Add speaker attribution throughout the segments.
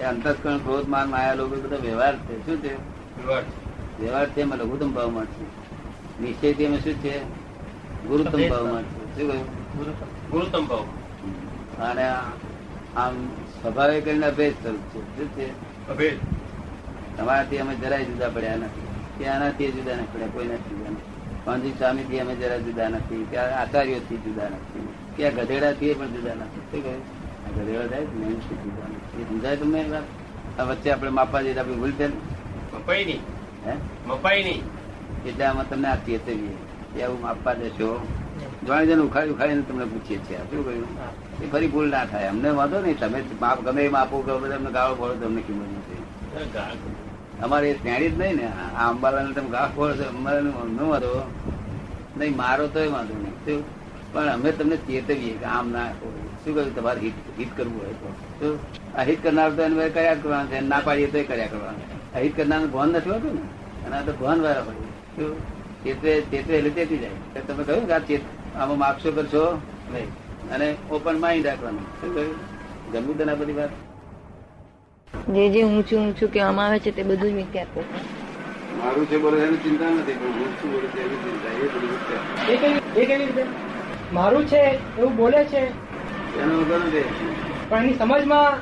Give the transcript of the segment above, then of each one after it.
Speaker 1: એ અંતસ્કરણ ક્રોધ માન માયા લોભ એ બધો વ્યવહાર છે શું છે વ્યવહાર છે એમાં લઘુત્તમ ભાવમાં છે નિશ્ચય છે એમાં શું છે ગુરુત્તમ ભાવમાં છે શું કહ્યું
Speaker 2: ગુરુતમ ભાવ
Speaker 1: અને આમ સ્વભાવે કરીને અભેદ સ્વરૂપ છે શું છે
Speaker 2: અભેદ
Speaker 1: તમારાથી અમે જરાય જુદા પડ્યા નથી કે આનાથી જુદા નથી પડ્યા કોઈ નથી જુદા નથી પાંજી સ્વામીથી અમે જરા જુદા નથી કે આ આચાર્યોથી જુદા નથી કે આ ગધેડાથી પણ જુદા નથી શું કહ્યું આ ગધેડા થાય ને એનાથી જુદા નથી એ સમજાય તમને એ વાત આ વચ્ચે આપણે માપા જઈએ આપણે ભૂલ છે ને
Speaker 2: મપાઈ નહીં
Speaker 1: હે
Speaker 2: મપાઈ નહીં
Speaker 1: એટલે આમાં તમને આપીએ તેવી કે આવું માપવા દેશો જાણી જાણે ઉખાડી ઉખાડીને તમને પૂછીએ છીએ શું કહ્યું એ ફરી ભૂલ ના થાય અમને વાંધો નહીં તમે માપ ગમે એ માપો ગમે તમને ગાળો ભરો તો અમને કિંમત નથી અમારે એ શ્રેણી જ નહીં ને આ અંબાલાને તમે ગાળો ભરો તો અમારે ન વાંધો નહીં મારો તોય વાંધો નહીં શું પણ અમે તમને ચેતવીએ કે આમ ના કરો. શું કહ્યું તમારે હિત હિત કરવું હોય તો શું અહિત કરનાર તો એને કર્યા જ કરવાના છે ના પાડીએ તોય કર્યા કરવાના અહિત કરનારનું ભાન નથી હોતું ને અને આ તો ભાન વાળા પડ્યું શું ચેતવે ચેતવે એટલે ચેતી જાય તો તમે કહ્યું કે આ ચેત આમાં માપશો કરશો નહીં અને ઓપન માઇન્ડ રાખવાનું શું કહ્યું ગમ્યું તને આ બધી વાત
Speaker 3: જે જે ઊંચું ઊંચું કહેવામાં આવે છે તે બધું જ મીઠી આપો
Speaker 1: મારું છે બોલે એની ચિંતા નથી પણ હું શું બોલું છું એની ચિંતા એ બધી ચિંતા
Speaker 4: એ કેવી એ કેવી રીતે મારું છે એવું બોલે છે
Speaker 1: એનો વગર નથી
Speaker 4: પણ એની સમજમાં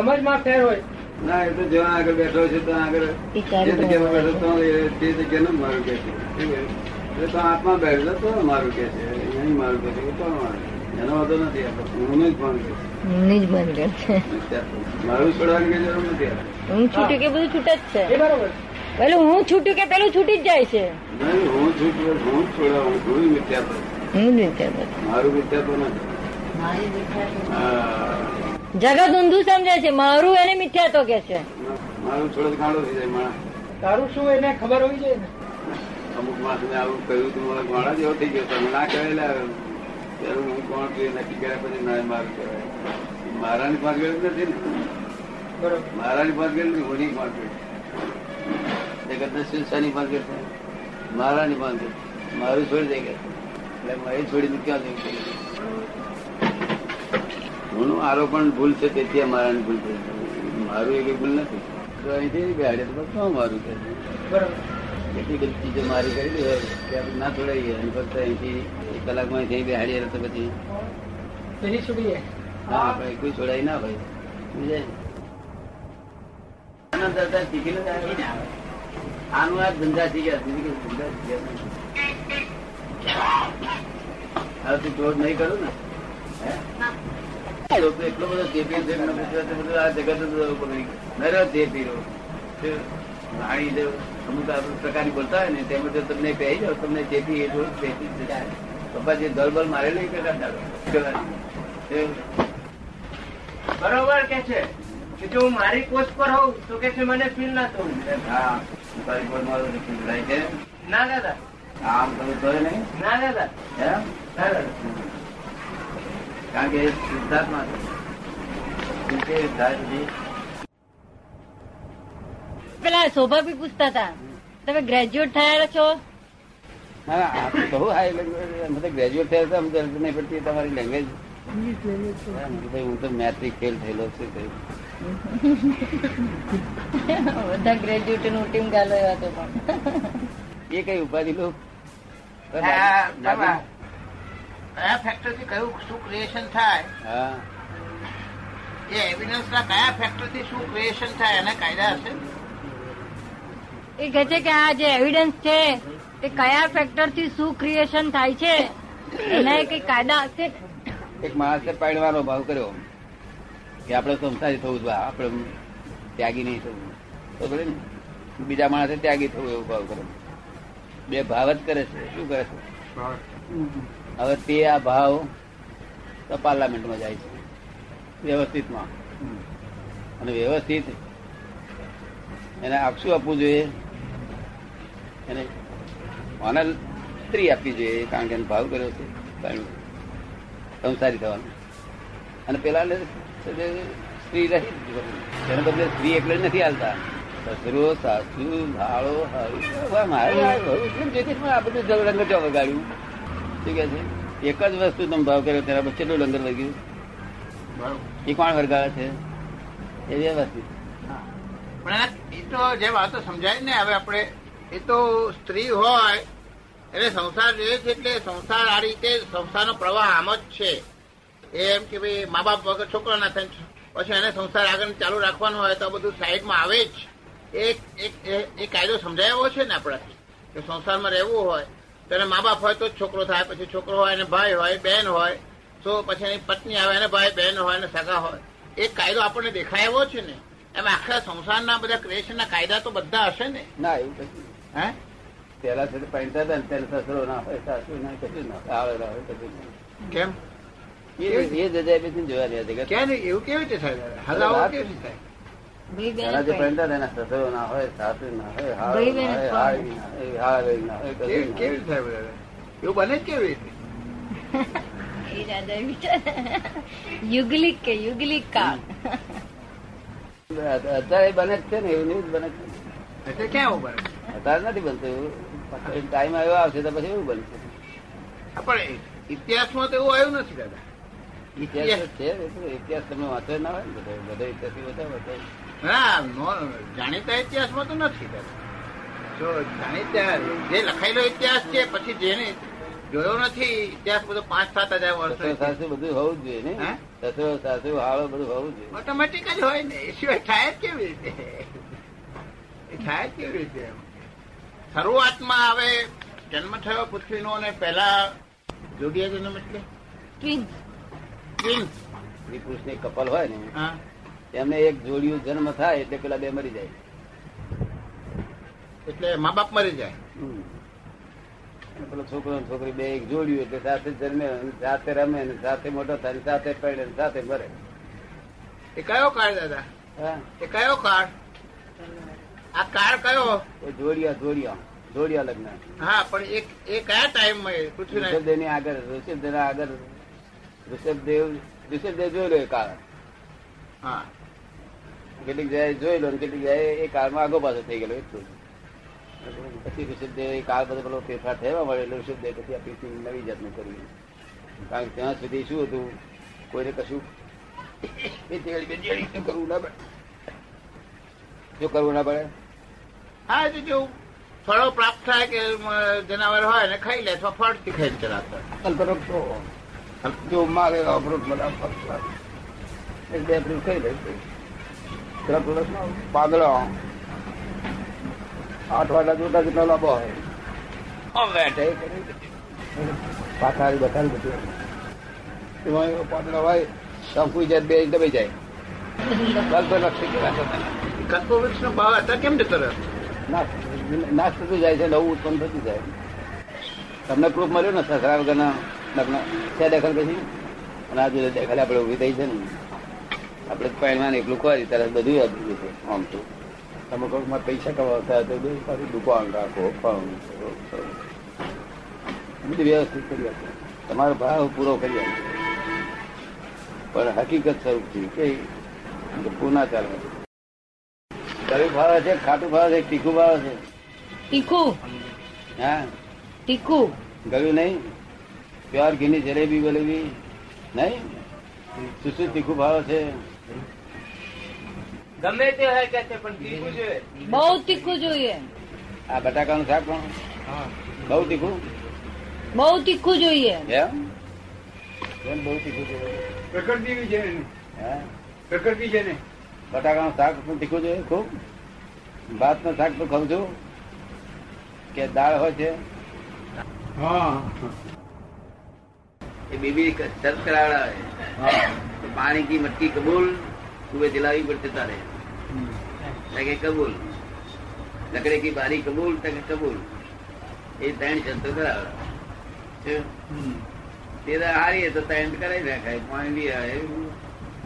Speaker 4: સમજમાં ફેર હોય
Speaker 1: ના એ તો જ્યાં આગળ બેઠો છે ત્યાં આગળ
Speaker 3: એ
Speaker 1: જે
Speaker 3: ચારે
Speaker 1: જગ્યામાં બેઠો તો એ- તે જગ્યાનું મારું કે છે એટલે તો આત્મા બેઠો તો મારું કે છે નહીં મારું કે છે તો મારું એનો વાંધો નથી આપણે હું નહીં ફોન કે
Speaker 3: મને જ બંધ રહે છે
Speaker 1: છે. મારું છોડવાની કઈ જરૂર નથી આપણે.
Speaker 3: હું છૂટ્યું કે બધું છૂટ જ
Speaker 4: એ
Speaker 3: છે
Speaker 4: બરોબર
Speaker 3: પેલું હું છૂટ્યું કે પેલું છૂટી જ જાય છે
Speaker 1: નહીં હું છૂટું હું જ છોડાવું હું જ મિથ્યાપર
Speaker 3: હું જ રીતે બધું.
Speaker 1: મારું મિથ્યાપર નથી હા.
Speaker 3: જગત ઊંધું સમજે છે મારું એને મિથ્યા તો કે છે
Speaker 1: મારું છોડ ગાળો થઈ જાય માણસ
Speaker 4: તારું શું એને ખબર હોવી જોઈએ ને
Speaker 1: અમુક માણસ ને આવું કહ્યું તું મારા ઘોડા જેવો થઈ ગયો તમે ના કહેલા ત્યારે હું કોણ છું એ નક્કી કર્યા પછી ના મારું કહેવાય મારાની પાંચ ગયેલું નથી ને
Speaker 4: બરોબર
Speaker 1: મારાની પાંચ ગયેલું નથી હોની પાંચ જગતને શું શાની પાંચ ગયેલ મારાની પાંચ ગયેલ મારું છોડી દે કે એટલે મારી છોડીને ક્યાં જવું હું આરોપણ ભૂલ છે તેથી મારાની ભૂલ થઈ મારું એ કઈ ભૂલ નથી તો અહીંથી બેહાડે તો પછી શું મારું કે
Speaker 4: બરોબર
Speaker 1: એટલી બધી ચીજો મારી કરી દે કે આપણે ના છોડાઈએ અને ફક્ત અહીંથી એક કલાકમાં અહીંથી બેહાડીએ તો પછી
Speaker 4: પેલી છૂટી જાય
Speaker 1: ના આપણે કોઈ છોડાય ના ભાઈ સમજાય? આનંદ હતા શીખીને જ આવ્યો ને. આનું આ ધંધા શીખ્યા બીજું કઈ ધંધા શીખ્યા નથી. હવે તું ક્રોધ નહીં કરું ને હે? લોકો એટલો બધો ચેપી છે એમને પૂછવા તો બધું આ જગત જ લોકો નહીં. નરો ચેપી રહો. શું? વાણી જો અમુક આ પ્રકારની બોલતા હોય ને તેમાં જો તમને કહી દો તમને ચેપી એ થોડું ચેપી જ છે. પપ્પા જે દલબલ મારે નહીં કરતા દાડો
Speaker 4: બરોબર કે છે કે જો હું મારી પોસ્ટ પર હોઉં તો કે છે મને ફીલ ના થવું
Speaker 1: હા, તારી પર મારો નથી ભૂલાય છે.
Speaker 4: ના દાદા
Speaker 1: આમ તમે જોયો નહીં?
Speaker 4: ના દાદા
Speaker 1: એમ?
Speaker 4: ના દાદા
Speaker 1: કારણ કે એ સિદ્ધાર્થમાં છે. સિદ્ધે સિદ્ધાર્થજી.
Speaker 3: પેલા શોભા બી પૂછતા હતા તમે ગ્રેજ્યુએટ થયા છો
Speaker 1: ના, ના, આ તો બહુ high language છે. અમે તો graduate થયા હતા, અમને જરૂર નહીં પડતી તમારી language. એમ કે ભાઈ, હું તો મેટ્રિક ફેલ થયેલો છું કે.
Speaker 3: બધા ગ્રેજ્યુએટ નું ટીમ ગાલો એવા તો પણ
Speaker 1: એ કઈ ઉપાધિ લો
Speaker 5: આ બાબા, કયા ફેક્ટરથી કયું શું ક્રિએશન થાય
Speaker 1: હા
Speaker 5: એ એવિડન્સના કયા ફેક્ટરથી શું ક્રિએશન થાય એના કાયદા હશે
Speaker 3: એ કહે છે કે આ જે એવિડન્સ છે તે કયા ફેક્ટર થી શું ક્રિએશન થાય છે એના એ કઈ કાયદા હશે ને?
Speaker 1: એક માણસે પાડવાનો ભાવ કર્યો કે આપણે સંસારી થવું જોઈએ આપણે ત્યાગી નહીં થવું તો ભલે ને બીજા માણસે ત્યાગી થવું એવો ભાવ કર્યો બે ભાવ જ કરે છે શું કરે છે હવે તે આ ભાવ તો પાર્લામેન્ટમાં જાય છે વ્યવસ્થિતમાં અને વ્યવસ્થિત એને આપશું આપવું જોઈએ એને ઓનર સ્ત્રી આપવી જોઈએ કારણ કે એનો ભાવ કર્યો છે કારણ કે સંસારી થવાનું અને પેલા ને છે તે સ્ત્રી રહી જ ગયું. તેને બદલે સ્ત્રી એકલે જ નથી હાલતા સસરો સાસુ ભાળો હળુ. વાહ, મારે આ હળુ કેમ જોઈતી? પણ આ બધું જ લંગર ચોવ વગાડ્યું શું કે છે એક જ વસ્તુ તમે ભાવ કર્યો તેના પર કેટલું લંગર વગ્યું એ કોણ વરગાવે છે એ વ્યવસ્થિત
Speaker 5: હા. પણ આ- એ તો જે વાતો સમજાય ને હવે આપણે એ તો સ્ત્રી હોય એટલે સંસાર રહે છે એટલે સંસાર આ રીતે સંસારનો પ્રવાહ આમ જ છે એ એમ કે ભાઈ મા બાપ વગર છોકરો ના થાય પછી એને સંસાર આગળ ચાલુ રાખવાનો હોય તો આ બધું સાઈડમાં આવે જ એ- એ- એ એ કાયદો સમજાયો છે ને આપણાથી કે સંસારમાં રહેવું હોય તો એને મા બાપ હોય તો જ છોકરો થાય પછી છોકરો હોય એને ભાઈ હોય બહેન હોય તો પછી એની પત્ની આવે એને ભાઈ બહેન હોય અને સગા હોય એ કાયદો આપણને દેખાય એવો છે ને એમ આખા સંસારના બધા ક્રિએશનના કાયદા તો બધા હશે ને
Speaker 1: ના એવું કશું
Speaker 5: હે
Speaker 1: પેલા સાથે પહેરતા હતા ને ત્યારે સસરો ના હોય સાસુ ના હોય, કશું ના હોય, આવડે ના હોય કશું ના હોય.
Speaker 5: કેમ
Speaker 1: એ- એ જગ્યાએ બેસીને જોવાની આ જગત
Speaker 5: ક્યાં નહીં? એવું કેવી રીતે થાય દાદા? હલાવો કેવી રીતે થાય
Speaker 3: ભાઈ
Speaker 1: પેલા જે
Speaker 3: બેન
Speaker 1: પહેરતા હતા એના સસરો ના હોય સાસુ ના હોય
Speaker 3: ભાઈ
Speaker 1: હાળ ના હોય હાળી ના
Speaker 3: બહેન જ
Speaker 1: હોય હાળવેલ ના હોય કશું
Speaker 5: કેવી
Speaker 1: ના
Speaker 5: કેવી
Speaker 1: હોય.
Speaker 5: રીતે થાય દાદા? એવું બને જ કેવી રીતે
Speaker 3: એ દાદા વિચાર યુગલિક કે યુગલિક કાળ
Speaker 1: અત્યારે બને જ છે ને એવું ન્યૂઝ બને જ છે
Speaker 5: એટલે ક્યાં એવું બને
Speaker 1: અત્યારે નથી બનતું એવું ટાઈમ આવ્યો આવશે તો પછી એવું બનશે
Speaker 5: હા, પણ ઇતિહાસમાં તો એવું આવ્યું નથી દાદા
Speaker 1: ઇતિહાસ જ છે એટલે ઇતિહાસ તમે વાંચો ના હોય ને બધો બધો ઇતિહાસ બધા વાંચો
Speaker 5: ના નો જાણીતા ઇતિહાસમાં તો નથી દાદા જો જાણીતા જે લખાયેલો ઇતિહાસ છે પછી જેને જોયો નથી ઇતિહાસ બધો પાંચ સાત હજાર
Speaker 1: સસરો
Speaker 5: વર્ષ
Speaker 1: સાસુ બધું હોવું જ જોઈએ ને
Speaker 5: હા?
Speaker 1: સસરો સાસુ હાળો બધું હોવું જોઈએ
Speaker 5: ઓટોમેટિક જ હોય ને એ સિવાય થાય જ કેવી રીતે એ થાય જ કેવી રીતે એમ? શરૂઆતમાં હવે જન્મ થયો પૃથ્વીનો અને પહેલા જોડિયા જન્મ એટલે
Speaker 3: ટ્વિન્સ
Speaker 5: twins.
Speaker 1: સ્ત્રી પુરુષ ની કપલ હોય ને
Speaker 5: હા
Speaker 1: એમને એક જોડિયું જન્મ થાય એટલે પેલા બે મરી જાય
Speaker 5: એટલે મા બાપ મરી જાય
Speaker 1: અને પેલો છોકરો અને છોકરી બે એક જોડ્યું એટલે સાથે જન્મે અને સાથે રમે અને સાથે મોટો થાય અને સાથે પડે અને સાથે મરે
Speaker 5: એ કયો કાળ દાદા
Speaker 1: હા
Speaker 5: એ કયો કાળ આ કાળ કયો
Speaker 1: એ જોડિયા જોડિયા જોડિયા લગ્ન
Speaker 5: હા પણ એ એ કયા ટાઈમમાં એ પૃથ્વીના
Speaker 1: ઋષભદેવ ની આગળ ઋષભદેવ ના આગળ ઋષભદેવ ઋષભદેવ જોઈ લો એ કાળ
Speaker 5: હા
Speaker 1: કેટલીક જગ્યાએ જોઈ લો અને કેટલીક જગ્યાએ એ કાળમાં આગો પાછો થઈ ગયેલો એટલું જ. પછી ઋષભદેવ એ કાળ બધો પેલો ફેરફાર થવા મળે એટલે ઋષભદેવ પછી આ પૃથ્વી નવી જાતનું કર્યું કારણ કે ત્યાં સુધી શું હતું કોઈને કશું એ તેડી બેડી શું કરવું ના પડે શું કરવું ના પડે
Speaker 5: હા એ તો જેવું ફળો પ્રાપ્ત થાય કે અમ, જનાવર હોય ને ખાઈ લે અથવા ફળથી ખાઈને ચલાવતા
Speaker 1: કલ્પવૃક્ષ તો જો માગે એવા વૃક્ષ બધા ફળ થાય. એક બે વૃક્ષ થઈ જાય છે. ત્રણ વૃક્ષનો પાંદડો આઠ વાડા જોતા જેટલો લાંબો હોય આમ વેટે કરી. પાથારી બથારી બધું એમાં એવો પાંદડો હોય શંકુ જાય બે દબાઈ જાય કલ્પવૃક્ષ કહેવાય છે તેને.
Speaker 5: કલ્પો વૃક્ષનો ભાવ હતા કેમ જતો રહ્યો
Speaker 1: નાશ નાશ થતું જાય છે નવું ઉત્પન્ન થતું જાય તમને પ્રૂફ મળ્યું ને સસરા વગરના લગ્ન છે દખલ પછી અને આ જોડે દખલ આપણે ઉભી થઈ છે ને આપણે પહેણવાને એકલું ખોરી તરત બધું આપી દીધું આમ તો તમે કોઈકમાં પૈસા કમાવતા હતા તો સારી દુકાન રાખો ફળ કરો, કરો. બધું વ્યવસ્થિત કરી આપો તમારો ભાવ પૂરો કરી આપો પણ હકીકત સ્વરૂપથી કે પૂના ચાલે કયું ભાવે છે ખાટું ભાવે છે તીખું ભાવે છે
Speaker 3: ટીકુ
Speaker 1: હા
Speaker 3: ટીકુ
Speaker 1: ગયું નહીં પ્યોર ઘીની જલેબી બલેબી નહીં શું શું તીખું ભાવે છે
Speaker 2: ગમે તે હોય કે છે પણ તીખું જોઈએ
Speaker 3: બહુ તીખું જોઈએ
Speaker 1: આ બટાકાનું શાક પણ બહુ તીખું
Speaker 3: બહુ તીખું જોઈએ
Speaker 1: એમ કેમ બહુ તીખું છે
Speaker 4: પ્રકૃતિ બી છે ને
Speaker 1: હા
Speaker 4: પ્રકૃતિ છે ને
Speaker 1: બટાકાનું શાક પણ તીખું જોઈએ ખૂબ ભાતનું શાક પણ ખાઉં છું કે દાળ હોય છે
Speaker 4: હા
Speaker 1: એ બીબી સર્વ કરાવડાવે તો પાણી કી મટકી કબૂલ સુબહ જલાવી પડતે તારે તકે કબૂલ લકડે કી બારી કબૂલ તકે કબૂલ એ ત્રણ શબ્દો કરાવડાવે તે તો હારીએ તો ત્રણ કરાવી નાખાય પાણી લઈ આવે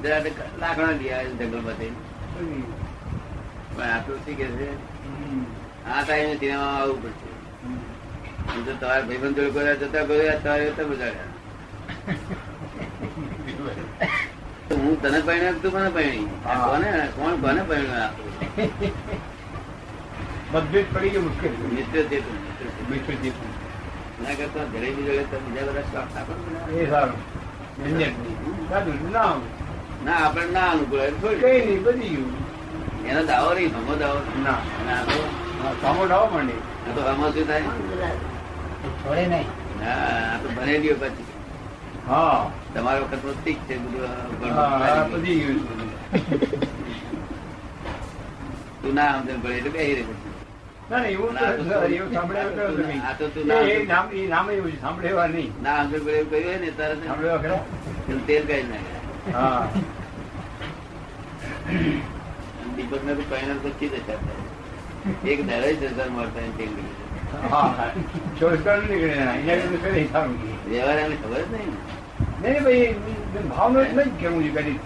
Speaker 1: જરા તો લાકડા લઈ આવે જંગલમાંથી પણ આટલું શી કે છે આ ટાઈમે સિનેમામાં આવવું પડશે એમ તો તમારા ભાઈબંધ જોડે કોઈ વાર જતા ગયો તમારે તો બજાડ્યા તો હું તને પરણ્યો કે તું મને પરણી આ કોને કોણ કોને પરણ્યો આ?
Speaker 4: મતભેદ પડી ગયો મુશ્કેલ
Speaker 1: મિત્ર છે તું, મિત્ર છે.
Speaker 4: બિલકુલ
Speaker 1: એના કરતા જલેબી જોડે તમે બીજા બધા શોખ રાખો ને.
Speaker 4: એ સારું ઝંઝટ નહીં. સાદું, ના
Speaker 1: ના આપણે ના અનુકૂળ હોય તો છોડી દે.
Speaker 2: કઈ નહીં બધી ગયું
Speaker 1: એનો દાવો નહીં ભમો દાવો છે.
Speaker 2: ના
Speaker 1: અને આનો-
Speaker 2: હા, સામો ડાવા માંડી
Speaker 1: આ તો આમાં શું થાય
Speaker 4: છોડે નહીં
Speaker 1: હા આ તો ભરેલીઓ પછી
Speaker 2: હા
Speaker 1: તમારો વખત નું ઠીક છે બધું આ
Speaker 2: હા, આ
Speaker 1: ગણપત
Speaker 2: બધી ગયું છે બધું.
Speaker 1: તું ના સમજણ પડે એટલે બેહી રહે પછી.
Speaker 2: ના ના એવું
Speaker 1: ના,
Speaker 2: તો
Speaker 1: તો
Speaker 2: સર, એવું સાંભળ્યા વગર
Speaker 1: આ તો તું ના-
Speaker 2: નહીં. એ- એ નામ એ નામ એવું છે સાંભળેવા નહીં
Speaker 1: ના સમજણ પડે એવું કહ્યું હોય ને તરત જ
Speaker 2: સાંભળેવા ખરા
Speaker 1: પેલું તેલ કાઢી નાખે
Speaker 2: હા
Speaker 1: દીપક ને તો કઈ ના પછી જતા એક ધારે જ જતા મળતા હોય ને તેલ કાઢી.
Speaker 2: હા ચોવીસ કલાક નીકળે ના એના કરતાં કરે સારું કે.
Speaker 1: વ્યવહાર એને ખબર જ નહીં ને.
Speaker 2: નહીં ભાઈ ભાવનો જ નહીં કેવું છે કરી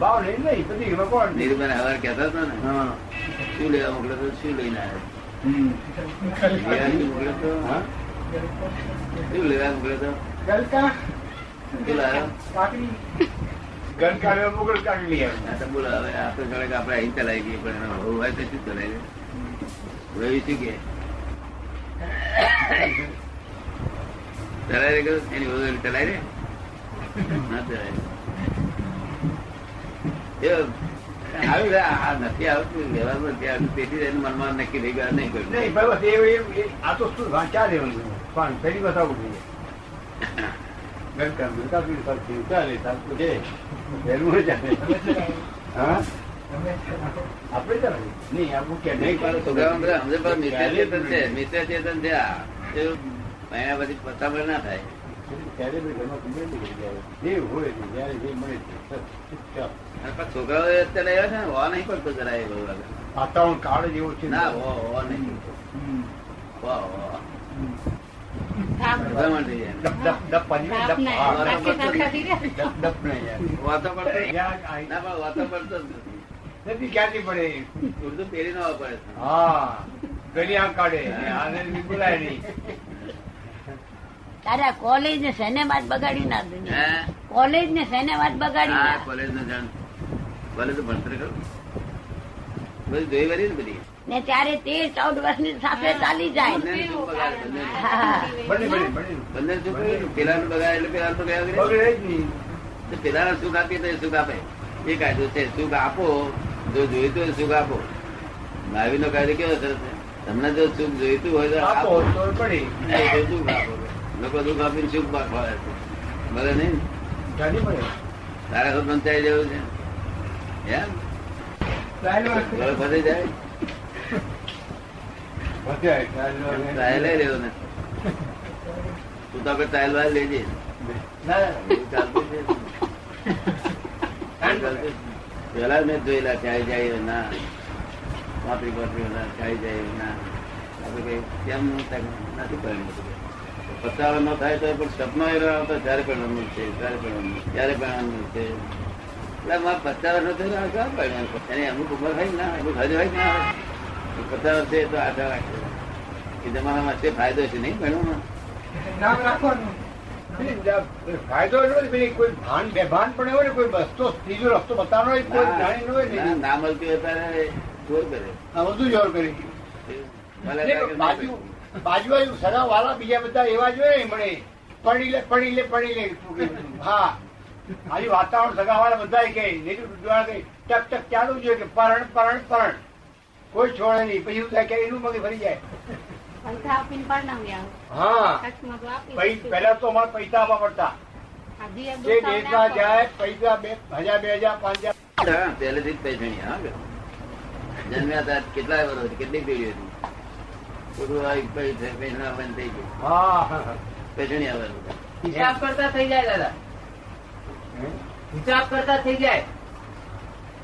Speaker 2: ભાવ નહીં નહીં બધી એમાં કોણ છે?
Speaker 1: નિરૂપણ હવાર કહેતા હતા ને
Speaker 2: હા
Speaker 1: શું લેવા મોકલો તો શું લઈને આવ્યો
Speaker 2: હમ.
Speaker 1: લેવા મોકલો તો
Speaker 2: હા?
Speaker 1: શું લેવા મોકલો તો શું લાવ્યો
Speaker 2: ગણકાવ્ય મોગલ કાઢી લઈ આવ્યો.
Speaker 1: આ તો બોલો હવે આ તો જાણે કે આપણે અહીં ચલાવી ગઈ પણ એનો વહુ હોય તો શું ચલાવી લે રવિ શું કે ચલાવી લે કીધું? એની વહુ એને ચલાવી લે ના ચલાવી એ આવ્યું લે, આ નથી આવતું વ્યવહારમાં નથી આવતું તેથી જ એનું મનમાં નક્કી થઈ ગયા નહીં કર્યું
Speaker 2: નહીં ભાઈ બસ એવું એવું એ- આ તો શું વાંચા દેવાનું પણ પેલી વાત આવું જોઈએ ગણકાવ્ય કાપી સાચી ચાલે સાચું છે વહેલું જ ચાલે. હા? આપણે ચાલે નહીં આ મૂક્યા
Speaker 1: નહીં પાડો છોકરાઓને બધા સમજે પણ મિથ્યા ચેતન છે મિથ્યા ચેતન છે આ એ એના પછી પતાવળ ના થાય
Speaker 2: ત્યારે બી ઘરમાં ખબર નહીં પડી જાય. જે હોય તે જ્યારે જે મળે તે સર, ચૂપચાપ.
Speaker 1: અને પણ છોકરાઓ એ અત્યારે એવા છે ને વો નહીં પડતો જરાય બહુ આગળ.
Speaker 2: વાતાવરણ કાળ જેવું છે
Speaker 1: ના વો વો નહીં
Speaker 2: હમ.
Speaker 1: વો વો
Speaker 3: થાક.
Speaker 1: ભલામણ થઈ જાય.
Speaker 2: ડપ ડપ ડપ પાડી દે,
Speaker 3: થાક
Speaker 2: ડપ.
Speaker 3: ને.
Speaker 2: હા,
Speaker 3: આખી થાક કાઢી દે.
Speaker 2: ડપ ડપ નહીં યાર.
Speaker 1: વાતો પડતો જ નથી.
Speaker 2: યાર, આ-
Speaker 1: ના પણ વાતો પડતો જ નથી.
Speaker 2: નથી ક્યાંથી પડે
Speaker 1: ઉર્દુ પેરી ન વાપરે છે.
Speaker 2: હા ગળિયા કાઢે ને આને બી બોલાય નહીં
Speaker 3: દાદા કોલેજ ને સેને વાત બગાડી ના દુનિયા
Speaker 1: હે?
Speaker 3: કોલેજ ને સેને વાત બગાડી
Speaker 1: આ
Speaker 3: ના
Speaker 1: કોલેજ નું જાણ કોલેજ તો ભણતર કરું બધું જોઈ વળી ને બધી
Speaker 3: ને ત્યારે તે ચૌદ વર્ષની સાથે ચાલી જાય
Speaker 1: બંને શું બગાડ બંને
Speaker 3: હા.
Speaker 2: બને બને બને
Speaker 1: બંને શું કહ્યું પેલા બગાડ એટલે પેલા બગાડ વગેરે.
Speaker 2: બગડે જ નહીં
Speaker 1: તો પેલાને સુખ આપીએ તો એ સુખ આપે એ કાયદો છે સુખ આપો જો જોઈતું હોય સુખ આપો નાવીનો કાયદો કેવો સરસ છે તમને જો સુખ જોઈતું હોય તો આપો
Speaker 2: આપો તો પડે
Speaker 1: જો દુઃખ આપો લોકો દુઃખ આપીને સુખ પાડે છે ભલે નહીં ને?
Speaker 2: જાણી પડે
Speaker 1: તારા તો પંચાયત જેવું છે એમ ઘર ફરી જાય
Speaker 2: વધ્યા ચાલ્યો.
Speaker 1: ટ્રાયલ લઈ લેવો ને તું તો આપણે ટ્રાયલ વાર લેજે
Speaker 2: ના
Speaker 1: એવું ચાલતું છે. એવું ચાલતું છે. પેલા મેં જોયેલા ચાઈ જાય ના પાપડી પાપડી ઓલા ચાઈ જાય ના આપણે કઈ કેમ ન થાય? નથી પરિણ્યું બધું. પતાવા ન થાય તો પણ સપનો એ રહ્યો તો ત્યારે પરિણમવું છે ત્યારે પરિણમવું છે, ત્યારે પરિણમવું છે એટલે મારે પચાસ વર્ષ નથી રહ્યો, ક્યાં પરિણમ્યું? એની અમુક ઉંમર હોય કે ના હોય? અમુક હજ હોય કે ના હોય? તો પચાસ વર્ષે તો આશા રાખે એ જમાનામાં તે ફાયદો છે નહીં ભણવામાં
Speaker 2: ફાયદો એટલો જ પેલી કોઈ ભાન બેભાન પણ હોય ને કોઈ રસ્તો ત્રીજો રસ્તો બતાવવાનો હોય કોઈ જાણીનો હોય
Speaker 1: ના,
Speaker 2: ને
Speaker 1: ના મળતી હોય ત્યારે ચોર કરે
Speaker 2: આ બધું જોર કરી
Speaker 1: ભલે
Speaker 2: એટલે
Speaker 1: લાગે ના
Speaker 2: બાજુ બાજુ બાજુ સગા વાળા બીજા બધા એવા જ હોય ને મને પડી લે પડી લે પડી લે તું કે, હા આજે વાતાવરણ સગા વાળા બધા કે નીકળી ઉડવા કે ટક ટક ચાલુ જોઈએ કે પરણ પરણ પરણ કોઈ છોડે નહીં પછી એવું થાય કે એનું મગજ ફરી જાય
Speaker 6: પૈસા આપીને પરણાવી આવું.
Speaker 2: હા
Speaker 6: ખર્ચમાં તો આપી
Speaker 2: પછી
Speaker 6: દીધું.
Speaker 2: પહેલા તો અમારે પૈસા આપવા પડતા
Speaker 6: આ દિયર
Speaker 2: જે
Speaker 6: દોસ્તાવને
Speaker 2: દેશમાં
Speaker 6: આપો.
Speaker 2: જાય પૈસા બે હજાર બે હજાર પાંચ હજાર
Speaker 1: હા, પહેલેથી જ પૈસણી હા બેન. જન્મ્યા હતા કેટલા વર્ષ હતી કેટલી પેઢી હતી બધું આ પૈ- પૈસણા બંધ થઈ ગયું
Speaker 2: હા હા
Speaker 1: પૈસણી આવવાનું
Speaker 4: હિસાબ કરતા થઈ જાય દાદા હિસાબ કરતા થઈ જાય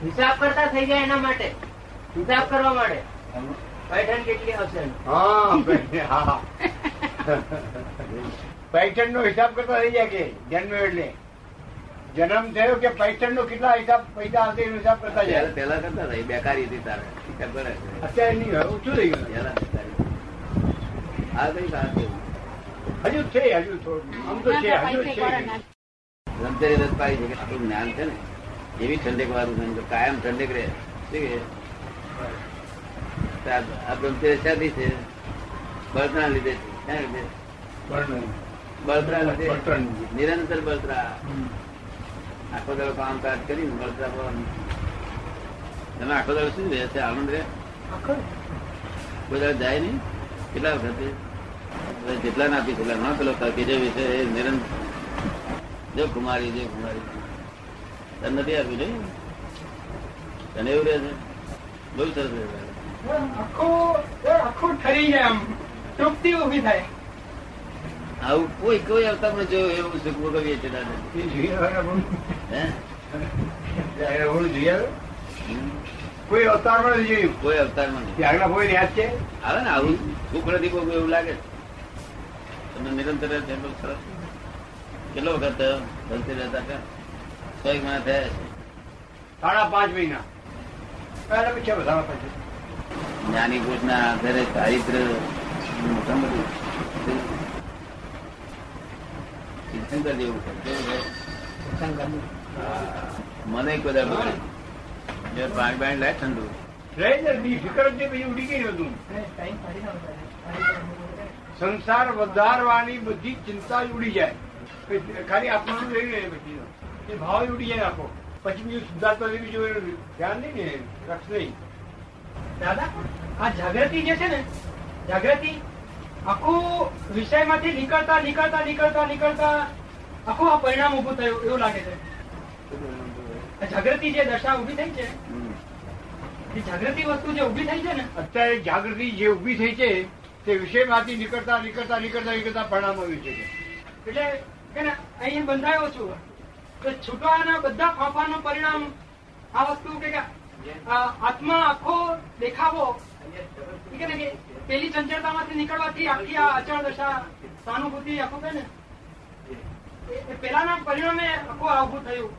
Speaker 4: હિસાબ કરતા થઈ જાય એના માટે હિસાબ કરવા માટે પૈઠણ કેટલી આવશે
Speaker 2: હા બેન, હા પૈઠણ નો હિસાબ કરતા થઈ જાય કે જન્મ એટલે જન્મ થયો કે પૈઠણ નો કેટલા હિસાબ પૈસા આવશે એનો હિસાબ કરતા
Speaker 1: ત્યારે
Speaker 2: જાય
Speaker 1: પહેલા કરતા હતા એ બેકારી હતી તારે ખબર છે.
Speaker 2: અત્યારે નહીં હવે ઓછું થઈ ગયું
Speaker 1: પહેલા બેકારી. આ કઈ વાત છે?
Speaker 2: હજુ છે હજુ થોડું આમ તો છે હજુ
Speaker 6: પૈસે કોણ
Speaker 2: છે
Speaker 6: ના-
Speaker 1: ધનતેરસ જ પાડી છે કે આપણું જ્ઞાન છે ને એવી ઠંડક વાળું જ્ઞાન કે કાયમ ઠંડક રહે શું કે? તો આ આ ધનતેરસ શાદી છે બળતરા લીધે છે શેના લીધે?
Speaker 2: પણ
Speaker 1: બળતરા લીધે
Speaker 2: બળતરા લીધે.
Speaker 1: નિરંતર બળતરા આખો દાડો કામ કાજ કરી મળતા પણ તમે આખો દાડો શું રહે છે આનંદ રહે કોઈ દાડો જાય નહીં કેટલા વખતે હવે જેટલા ના આપી એટલા ના પેલો કે જે વિશે એ નિરંતર જો કુમારી જે કુમારી તને નથી આપ્યું નહીં તને એવું રહે છે બહુ સરસ રહે છે.
Speaker 2: આખું ઠરી જાય આમ તૃપ્તિ ઉભી થાય
Speaker 1: આવું કોઈ કોઈ અવતારમાં જો એવું સુખ ભોગવીએ છે દાદા હે હમ.
Speaker 4: કોઈ અવતારમાં નથી જોયું
Speaker 1: કોઈ અવતારમાં નહીં
Speaker 4: ત્યાગના કોઈ યાદ છે
Speaker 1: આવે ને આવું ભૂખ નથી ભોગવું એવું લાગે છે. તમને નિરંતર જ એમ બહુ સરસ. કેટલો વખત ધનતેરસ હતા ત્યાં? સો એક મહિના થયા છે.
Speaker 4: સાડા પાંચ મહિના પહેલા પછી હવે સાડા પાંચ મહિના.
Speaker 1: જ્ઞાની પુરુષના આધારે ચારિત્ર મોટા મોટું ચિંતન કરી દેવું પડે. કેવું છે? હા. મને કોઈ દાડો જો પાણી બાણી લાય ઠંડુ
Speaker 4: રહી ને બી ફિકર જ નહીં, પછી ઉડી ગઈ હતું સંસાર વધારવાની બધી ચિંતા જ ઉડી જાય પછી ખાલી આપણું રહી જાય પછી એ ભાવ જ ઉડી જાય આખો પછી બીજું સુધારતા લેવી જોઈએ ધ્યાન નહીં ને રક્ષ નહીં
Speaker 2: દાદા આ જાગૃતિ જે છે ને જાગૃતિ આખું વિષયમાંથી નીકળતા નીકળતા નીકળતા નીકળતા આખું આ પરિણામ ઉભું થયું એવું લાગે છે આ જાગૃતિ જે દશા ઉભી થઈ છે
Speaker 1: હમ.
Speaker 2: એ જાગૃતિ વસ્તુ જે ઉભી થઈ છે ને
Speaker 4: અત્યારે જાગૃતિ જે ઉભી થઈ છે તે વિષયમાંથી નીકળતા નીકળતા નીકળતા નીકળતા પરિણામ આવ્યું છે
Speaker 2: એટલે કે ને અહીંયા બંધાયો છું તો છૂટવાના બધા ફાંફાનું પરિણામ આ વસ્તુ કે કે આ આત્મા આખો દેખાવો ઈ કે ને કે પેલી ચંચળતામાંથી નીકળવાથી આખી આ અચળ દશા સાનુભૂતિ આખું કે ને એ- એ પેલાના પરિણામે આખું આવું થયું